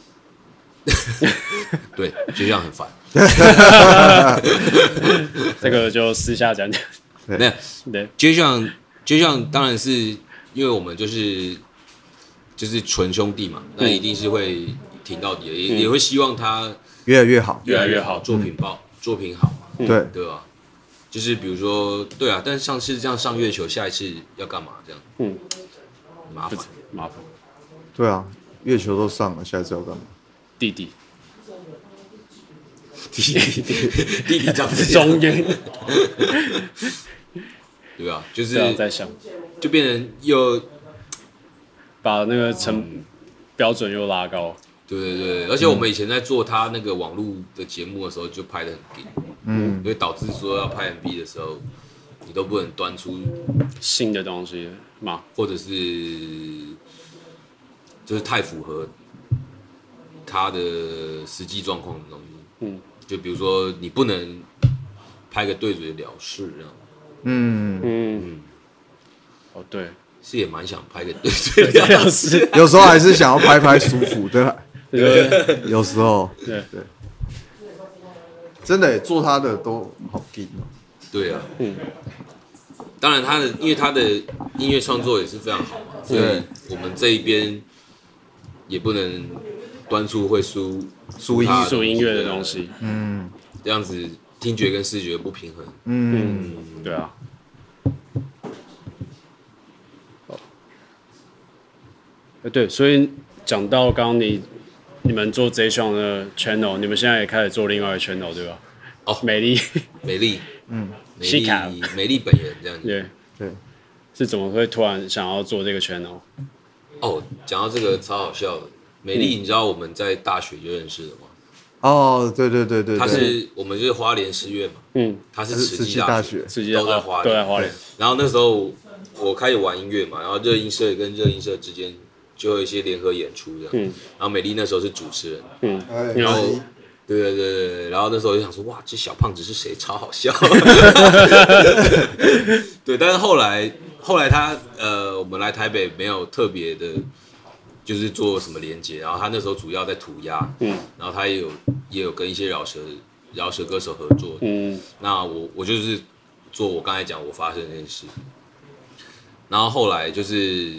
对，就这样很烦。这个就私下讲 讲。没有，对，就像就像当然是因为我们就是就是纯兄弟嘛，嗯那一定是会挺到底的，也、也会希望他越来越好。越来越好作品爆，作品好嘛，嗯对，对吧？就是比如说，对啊，但是上次这样上月球，下一次要干嘛？这样，嗯，麻烦。麻烦对啊，月球都上了，下一次要干嘛？弟弟弟弟弟弟长这样中间对啊，就这样是在想，就变成又把那个嗯成标准又拉高。对对对，而且我们以前在做他那个网络的节目的时候，就拍的很紧，嗯，所以导致说要拍 MV 的时候，你都不能端出，新的东西嘛，或者是就是太符合他的实际状况的东西，嗯，就比如说你不能拍个对嘴了事这样，嗯，嗯，哦 对，是也蛮想拍个对嘴 了老事，师，有时候还是想要拍拍舒服 的，对有时候对真的耶做他的都好劲哦。对啊，嗯当然他的，因为他的音乐创作也是非常好嘛，所以对我们这一边也不能端出会输输音他艺术音乐的东，西，嗯啊这样子听觉跟视觉不平衡。嗯，嗯，对啊。呃，哦对，所以讲到刚刚你你们做这一项的 channel，你们现在也开始做另外一个 channel 对吧？哦美丽， 美丽，嗯，美丽西卡，美丽本人这样子。对，对，是怎么会突然想要做这个 channel？哦，讲到这个超好笑的，美丽，你知道我们在大学就认识的吗？哦，对对对对，她对是我们就是花莲师院嘛，嗯，她是他是慈慈济济大大学学，，直接都在花莲都在花莲，然后那时候我开始玩音乐嘛，然后热音社跟热音社之间就有一些联合演出这样。嗯然后美丽那时候是主持人，嗯，哎然后对对对对对，然后那时候我就想说，哇，这小胖子是谁，超 好笑。对，但是后来后来他呃，我们来台北没有特别的，就是做什么连接。然后他那时候主要在涂鸦，嗯然后他也有也有跟一些饶舌饶舌歌手合作。嗯那我我就是做我刚才讲我发生的那件事，然后后来就是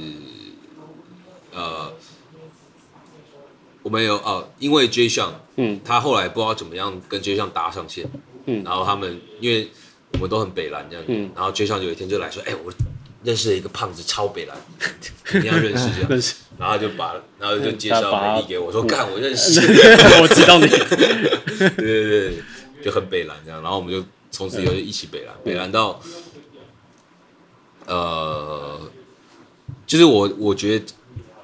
呃，我们有哦、因为 J 项嗯他后来不知道怎么样跟 J 项搭上线，嗯然后他们因为我们都很北蓝这样子，嗯然后 J 项有一天就来说，哎、我认识了一个胖子超北蓝， 你要认识这 样，认识嗯然后他就把然后就介他把绍他美丽给我说，干我认识， 我知道你，对对对，就很北蓝这样，然后我们就从此以后就一起北蓝，北蓝到，呃，就是我我觉得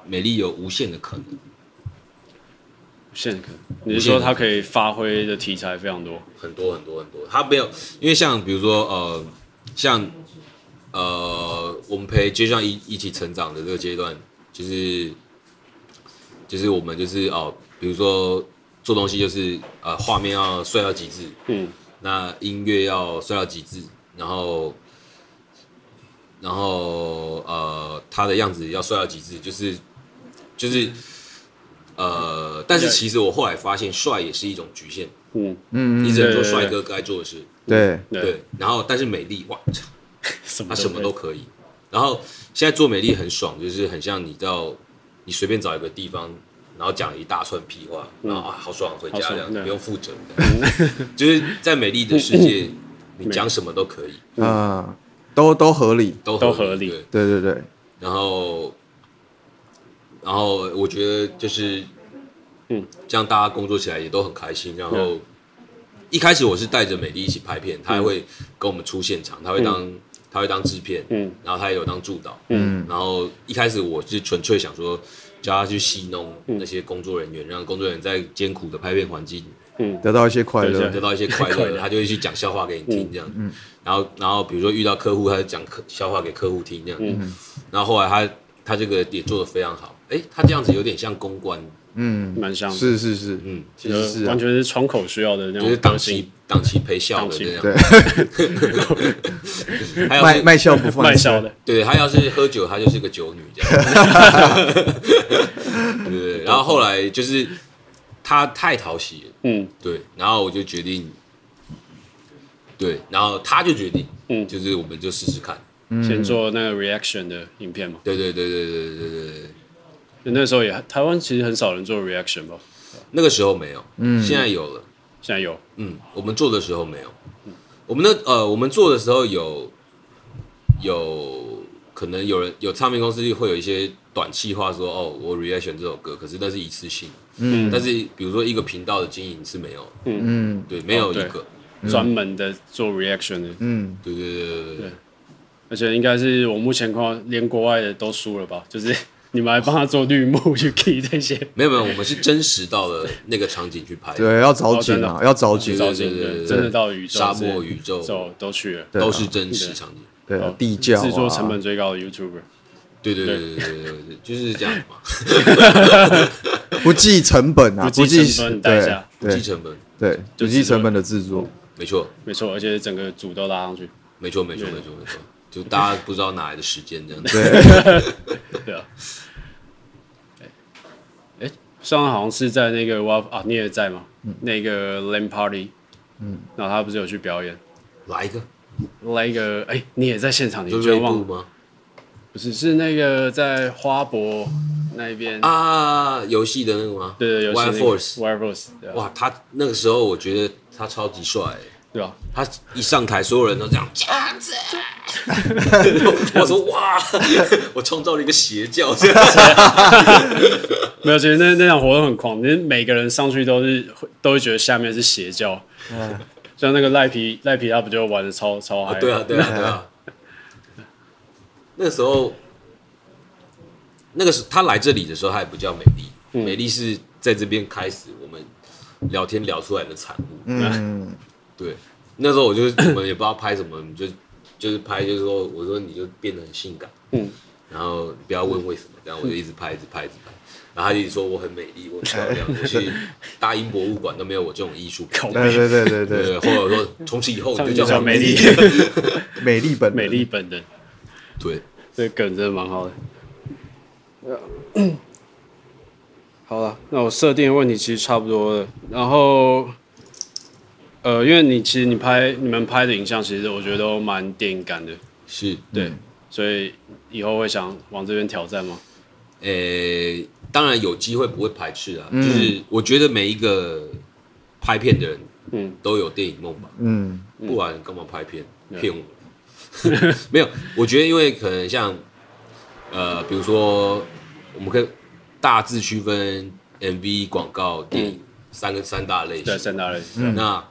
美丽有无限的可能，现可，你是说他可以发挥的题材非常多？很多很多很多，他没有，因为像比如说呃，像呃，我们陪就像一一起成长的这个阶段，就是就是我们就是哦、比如说做东西就是呃，画面要帅到极致，嗯那音乐要帅到极致，然后，然后呃，他的样子要帅到极致，就是就是呃，但是其实我后来发现，帅也是一种局限，嗯，嗯你嗯，只能做帅哥该做的事，对，对，对。然后，但是美丽哇，什么他啊什么可以都可以。然后现在做美丽很爽，就是很像你到你随便找一个地方，然后讲一大串屁话，然后啊好爽，回家嗯好爽这样对不用负责， 就是在美丽的世界，嗯你讲什么都可以。嗯，都都合理，都都合理对，对对对，然后，然后我觉得就是，嗯，这样大家工作起来也都很开心。然后嗯一开始我是带着美丽一起拍片，她会跟我们出现场，她会当她会当制片，嗯，然后她也有当助导，嗯然后一开始我是纯粹想说叫她去戏弄嗯那些工作人员，让工作人员在艰苦的拍片环境得到一些快对乐对得，到一些快快乐，乐他就会去讲笑话给你听这样。然后然后比如说遇到客户，他就讲客笑话给客户听这样。然后后来他他这个也做的非常好，哎，他这样子有点像公关，嗯，蛮像的，是是是，嗯，其实是呃啊完全是窗口需要的那就是种档个性期档期陪笑的这样。 还有卖是卖笑不放啊卖弃，笑的，对他要是喝酒，他就是个酒女这样。对对，对然后后来就是他太讨喜了，嗯对，然后我就决定，对，然后他就决定，嗯，就是我们就试试看。先做那个 reaction 的影片嘛。对对对对对对对对，那时候也台湾其实很少人做 reaction 吧，那个时候没有，嗯，现在有了，现在有，嗯，我们做的时候没有，我们的呃，我们做的时候有有可能有人有唱片公司会有一些短气话说哦，我 reaction 这首歌，可是那是一次性，嗯，但是比如说一个频道的经营是没有，嗯对，没有哦一对个，专门的做 reaction 的，嗯，对对对对对而且应该是我目前看到连国外的都输了吧，就是 你们还帮他做绿幕 去 key 这些，没有没有，我们是真实到了那个场景去拍，对，要找哦真紧的啊，要找紧，造对景对对对，对真的到宇宙沙之类漠宇宙走都去了，对啊都是真实场景，对啊哦，地窖制作啊，成本最高的 YouTuber，对对对对对对对，就是这样子嘛，不计成本啊，不计不计成本代对价不计对成本，对，不制计作哦成本的制作，没错。没错，而且整个组都拉上去，没错，没错，没错，没错，就大家不知道哪来的时间这样子。对，对啊。哎，哎上次好像是在那个哇啊，你也在吗？嗯那个 LAN Party，嗯，然后他不是有去表演，来一个，来一个哎，你也在现场，你就居是锐然忘步了？吗？不是，是那个在花博那边，啊，游戏的那个吗？对对，有 w i Force。 Wire Force，对啊哇，他那个时候我觉得他超级帅欸，对啊吧？他一上台，所有人都这样这样子。 我说哇， 我创造了一个邪教， 这样没有，其实那那场活动很狂，就是每个人上去都是会都会觉得下面是邪教。像那个赖皮，赖皮他不就玩的超超嗨、对嗯啊，对啊，对啊。那时候，那个时他来这里的时候，他也不叫美丽，美丽是在这边开始我们聊天聊出来的产物。嗯， 对，那时候我就我们也不知道拍什么，你就就是拍，就是说我说你就变得很性感，嗯，然后不要问为什么，然后我就一直拍，一直拍，一直拍。然后他就一直说我很美丽，我很漂亮，我去大英博物馆都没有我这种艺术品。对对对对对， 对，或者说从此以后你就就叫叫美美丽丽。 美丽本人美丽本人，对，这个梗真的蛮好的。 好了，那我设定的问题其实差不多了。然后，呃，因为你其实你拍你们拍的影像，其实我觉得都蛮电影感的，是，对，所以以后会想往这边挑战吗？呃，当然有机会不会排斥嗯啊，就是我觉得每一个拍片的人，嗯嗯，都有电影梦吧，嗯，不然干嘛拍片骗我？ 没有，我觉得因为可能像呃，比如说我们可以大致区分 MV、广告、电影三个三大类嗯对，型。三大类，那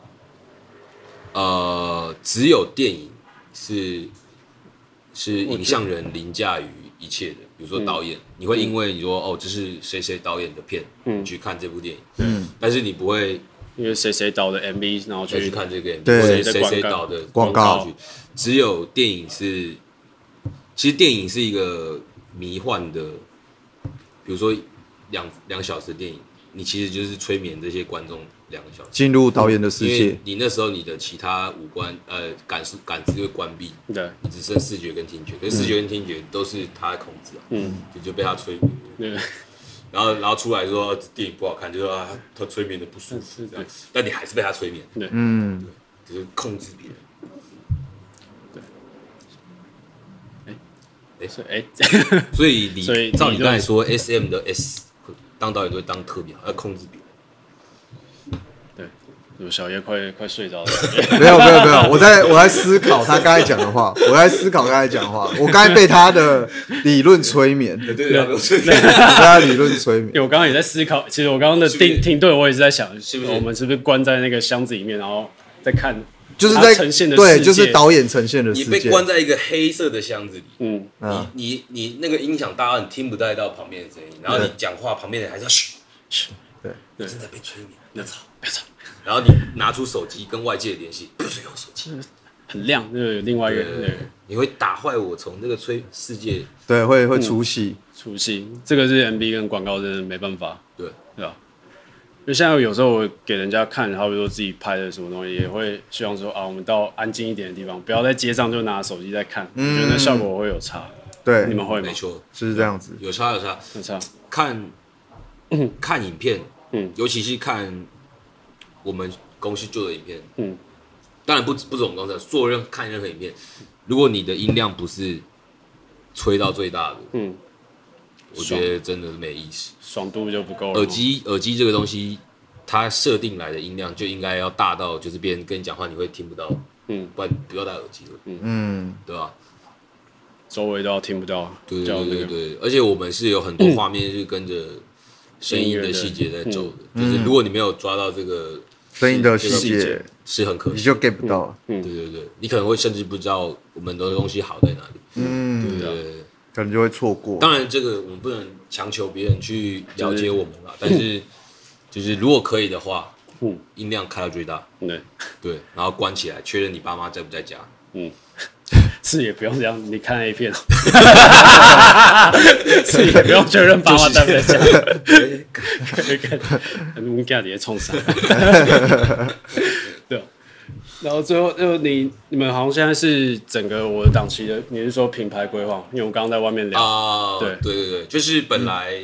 呃，只有电影是是影像人凌驾于一切的，比如说导演，你会因为你说哦，这是谁谁导演的片，你去看这部电影，嗯，但是你不会因为谁谁导的 MV，然后再去去看这个 MV，对或者谁谁在谁广告导的广告去，只有电影是，其实电影是一个迷幻的，比如说两两小时的电影，你其实就是催眠这些观众两个小时。进入导演的世因嗯为界，你那时候你的其他五官呃感受感知会关闭，对，你只剩视觉跟听觉，可是视觉跟听觉都是他在控制啊，嗯，你就被他催眠，对，然后然后出来说呃电影不好看，就说啊他催眠的不嗯舒服这样，但你还是被他催眠，嗯，就是控制别人。所以哎，所以你所以照你理刚论才说，S M 的 S 当导演都会当特别好，要控制别人。对，我小叶快快睡着了， 没有没有没有，我在我在思考他刚才讲的 话，我在思考刚才讲的话，我刚才被他的理论催眠，被对啊对对，他的理论催眠，因为我刚刚也在思考，其实我刚刚的是不是停停顿，我也是在想，是不是我们是不是关在那个箱子里面，然后再看，就是他在呈现的世对，界就是导演呈现的你世被界，关在一个黑色的箱子里，嗯，嗯你你你那个音响大到你听不带到旁边的声音，然后你讲话旁边的人还是要嘘嘘，对你正在被催眠，不要吵。不要吵然后你拿出手机跟外界联系，不准用手机。很亮，那个有另外一个对那对个对，你会打坏我从这个催世界。对，会嗯会出戏，出戏，这个是 MV 跟广告真的没办法，对，对吧？就现在有时候我给人家看，好比说自己拍的什么东西，也会希望说啊，我们到安静一点的地方，不要在街上就拿手机在看，我觉得那效果会有差。对你，们会吗嗯没？错，是这样子，有差有差。有差，看看影片，嗯尤其是看我们公司做的影片，嗯，当然不止不止我们公司做任看任何影片，如果你的音量不是吹到最大的，嗯，我觉得真的是没意思。爽度就不够了。耳，机耳机这个东西，它设定来的音量就应该要大到就是别人跟你讲话你会听不到，嗯，不然不要戴耳机了，嗯，对吧？周围都要听不到，对叫对那对个对，而且我们是有很多画面是跟着声音的细节在走的，就是如果你没有抓到这个声音的这细个节是很可你惜。就 get 不到了，对对对，你可能会甚至不知道我们的东西好在哪里。嗯，对对对，可能就会错过，当然这个我们不能强求别人去了解我们啦，但是就是如果可以的话，嗯音量开到最大，对，对，然后关起来，确认你爸妈在不在家。是也不用这样，你看 A 片哦， 是也不用确认爸妈在不在家。 你们家底在冲 啥？对啊。然后最后就你你们好像现在是整个我的档期的，你是说品牌规划？因为我刚刚在外面聊，啊，对嗯对对对，就是本来、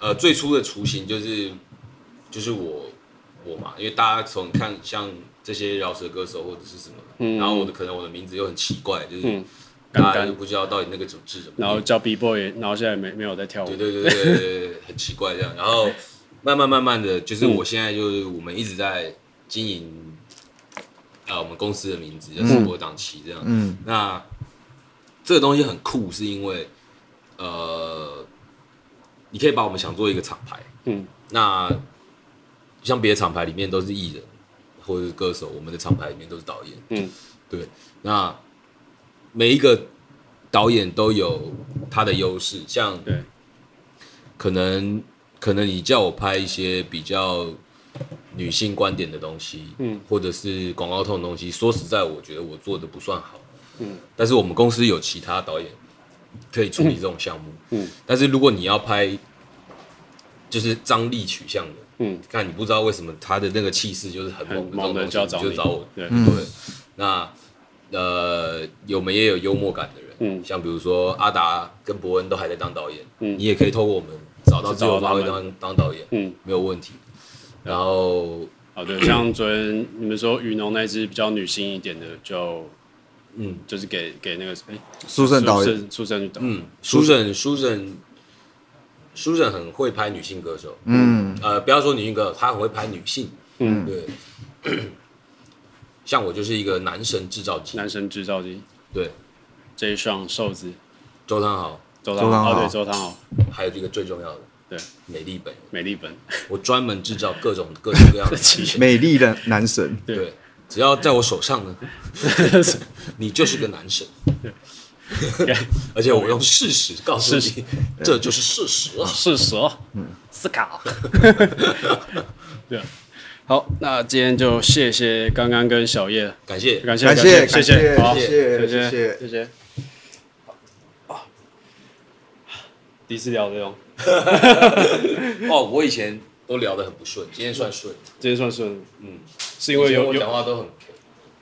呃最初的雏形就是就是我我嘛，因为大家从看像这些饶舌歌手或者是什么，然后我的可能我的名字又很奇怪，就是、嗯大干家干又不知道到底那个怎么字怎么念，然后叫 B boy，然后现在没没有在跳舞对，对对对对对，对很奇怪这样，然后慢慢慢慢的就是嗯我现在就是我们一直在经营啊、我们公司的名字嗯叫世博档期这样，嗯那这个东西很酷，是因为呃，你可以把我们想做一个厂牌，嗯，那像别的厂牌里面都是艺人或者是歌手，我们的厂牌里面都是导演，嗯，对，那每一个导演都有他的优势，像对，可能可能你叫我拍一些比较女性观点的东西，嗯，或者是广告痛的东西，说实在，我觉得我做的不算好，嗯，但是我们公司有其他导演可以处理这种项目。嗯但是如果你要拍，就是张力取向的，嗯，看你不知道为什么他的那个气势就是很很猛猛的的就要这种东找你西，你就找我。对，对，那呃，有没也有幽默感的人，嗯像比如说阿达跟伯恩都还在当导演，嗯你也可以透过我们找到去自找由他发挥们当当导演，嗯，没有问题。然后好的，哦像昨天你们说雨农那只比较女性一点的，就嗯就是给给那个哎，苏胜导演，演，苏胜去导，嗯，苏沈苏沈苏沈很会拍女性歌手，嗯，呃，不要说女性歌手，他很会拍女性，嗯对。 像我就是一个男神制造机，男神制造机对， J 上瘦子周汤豪，周周汤汤豪，豪哦对周汤豪，还有这个最重要的对美丽本人，美丽本，我专门制造各种各式 各样的奇美丽的男神，对对，只要在我手 上呢，你就是个男神。而且我用事实告诉事你，这就是事实啊！是蛇，嗯，斯卡， 对，好，那今天就谢谢刚刚跟小叶，感谢，感谢感谢谢谢谢好，谢谢谢谢谢谢谢。第一次聊这种，哦，我以前都聊得很不顺，今天算顺。今天算顺，嗯，是因为以前有我讲有话都很，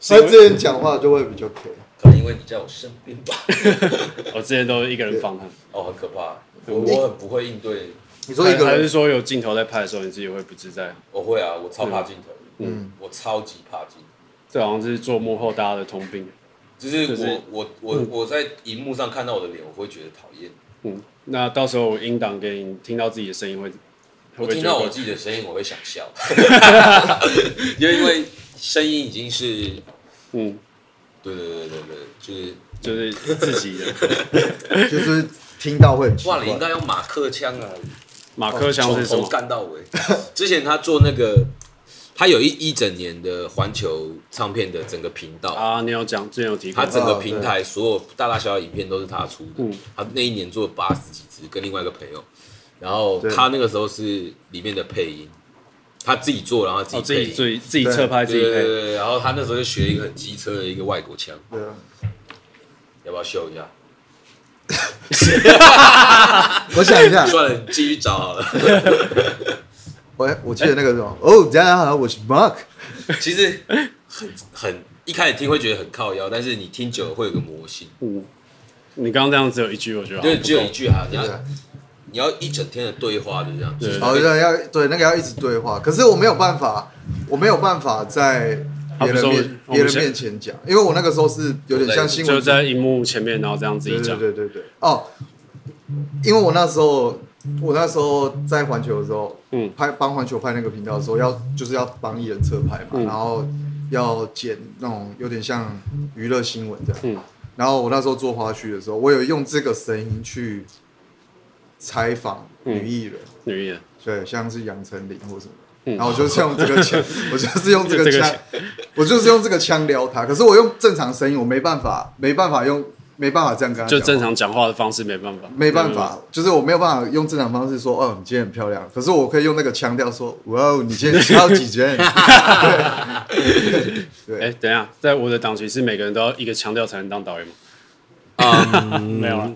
是因为之前讲话就会比较 K，可能因为你在我身边吧。 哦我之前都一个人访谈，哦，很可怕，我我很不会应对。你说一个还是人，说有镜头在拍的时候，你自己会不自在？我会啊，我超怕镜头，嗯，我超级怕镜头。这好像是做幕后大家的通病。就是就我是我我我在荧幕上看到我的脸，我会觉得讨厌。嗯，那到时候我音档给你听到自己的声音会，会不我会听觉得到我自己的声音，我会想 笑，因为因为声音已经是，嗯，对对对对对，就是就是自己的就是听到会很奇哇，你应怪，该用马克枪啊，马克像哦从是什头么？干到尾。之前他做那个，他有一一整年的环球唱片的整个频道，啊，你有讲，之前有提过他，整个平台所有大大小小影片都是他出的。他那一年做了八十几支，跟另外一个朋友，然后对他那个时候是里面的配音，他自己做，然后哦，自自己配己音。自己自己侧拍自对己对对配，对，然后他那时候就学一个很机车的一个外国腔，对啊，要不要秀一下？我 想一下，算了，你继续找好了。 我我记得那个什么，哦，大家好，我是 Mark，其实很很一开始听会觉得很靠腰，但是你听久了会有个魔性，嗯，你刚刚这样只有一句，我觉得好因为像只有一哦不句哈，你对要啊，你要一整天的对话就这样。对就是好像要对那个要一直对话，可是我没有办法，我没有办法在别好人比说面我别们人先面前讲，因为我那个时候是有点像新够，闻就在荧幕前面，然后这样自己讲，对对对对对。哦，因为我那时候，我那时候在环球的时候，嗯拍帮环球拍那个频道的时候，要就是要帮艺人侧拍嘛，嗯然后要剪那种有点像娱乐新闻这样。嗯然后我那时候做花絮的时候，我有用这个声音去采访嗯女艺人，女演，对，像是杨丞琳或什么。嗯然后我就是用这 个腔，我就是用这这个个腔，我就是用这个腔撩他。可是我用正常声音，我没办法，没办法用，没办法这样跟他就讲话正常讲话的方式没办法，没办法，嗯就是我没有办法用正常方式说，哦，你今天很漂亮。可是我可以用那个腔调说，哇哦，你今天超级 卷。没办法。哎，等一下，在我的档期是每个人都要一个腔调才能当导演吗？嗯没有了，啊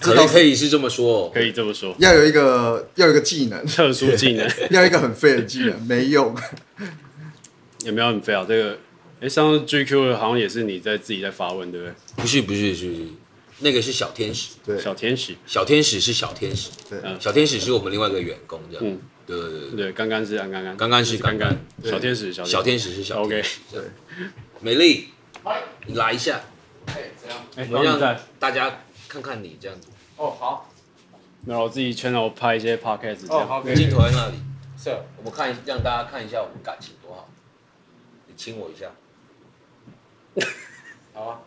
可以可以是这么说哦，可以这么说，要有一个要有一个技 能，特殊技 能要一个很废的技能，没用。也没有很废啊。这个，哎，上次 GQ 好像也是你在自己在发问，对不对？不是不是是是，那个是小天使，对小天使，小天使是小天使，对嗯小天使是我们另外一个员工这样嗯。对对对对，对，刚刚是啊刚刚，刚刚是刚刚刚，对小天使，小小天使是小天 OK，使。这样美丽，你来一下，哎，我们刚让在，大家看看你这样子，哦，好，然后我自己圈了，我拍一些 podcast 这哦，样。好，可以，镜头在那里。是，我们看一，让大家看一下我们感情多好。你亲我一下，好啊。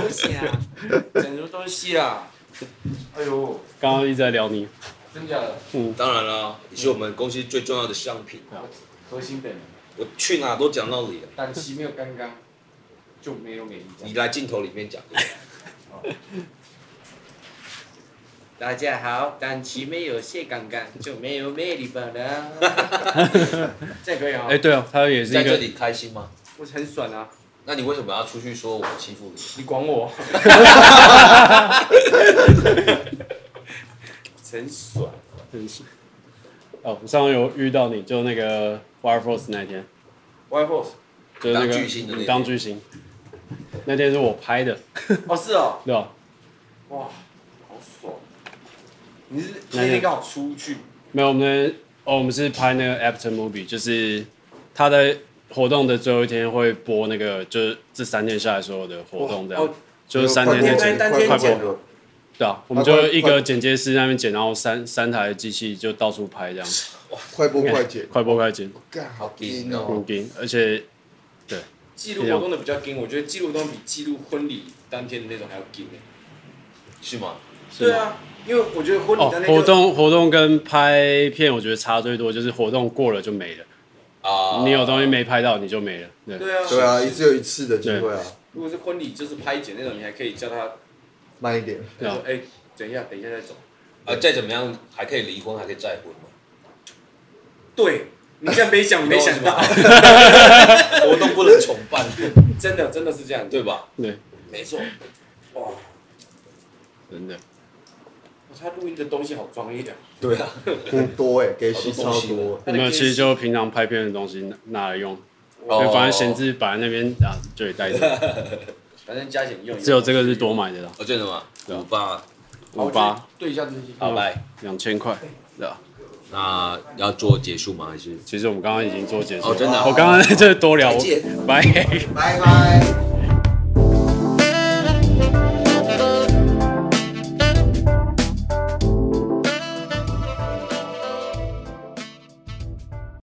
不行啊，整出东西啦。哎呦，刚刚一直在聊你，真假的，当然了，你是我们公司最重要的商品。核心本人，我去哪都讲道理了，短期没有刚刚，就没有美丽你来镜头里面讲。 大家好，短期没有谢刚刚，就没有魅力本人。这可以啊哎，，对哦，他也是在一这个里开心吗？我很爽啊，那你为什么要出去说我欺负你？你管我？真爽！真是。哦，我上回有遇到你，就那个 Fire Force 那一天， White Horse 就是那个当巨星的那天当巨星，那天是我拍的，哦，是哦，对吧？哇，好爽！你是那那天天刚好出去，没有，我们哦，我们是拍那个 After Movie，就是他在活动的最后一天会播那个，就是这三天下来所有的活动这样，哇哦就是三天内那剪剪天当天快剪播，了，对哦啊，我们快就快一个剪接师在那边剪，然后三三台机器就到处拍这样，快播快剪，快播快剪，干好硬硬哦很哦！劲，而且记啊录活动的比较紧，我觉得记录活动比记录婚礼当天的那种还要紧欸是吗？是吗对啊，因为我觉得婚礼哦当，天就活动活动跟拍片，我觉得差最多就是活动过了就没了，啊，你有东西没拍到你就没了，对。对啊， 对啊，一次有一次的机会啊，如果是婚礼就是拍剪那种，你还可以叫他慢一点。对啊说哎，等一下，等一下再走。啊？再怎么样还可以离婚，还可以再婚嘛？对，你现在没想，没想 到， 啊活动不能重办， 真的真的是这样，对吧？对，没错，哇，真的。他录音的东西好专业啊！对啊，很多哎、给戏超多，我们其实就平常拍片的东西拿拿来用，哦对，反正闲置摆在那边啊，就得带着。反正加减用，只有这个是多买的啦，哦，真的吗？对啊嗯五八，好五八，我去对一下这些。好拜。两千块，对啊吧？那要做结束吗？还是？其实我们刚刚已经做结束了， 哦真的啊我刚刚就是多聊，拜。拜拜。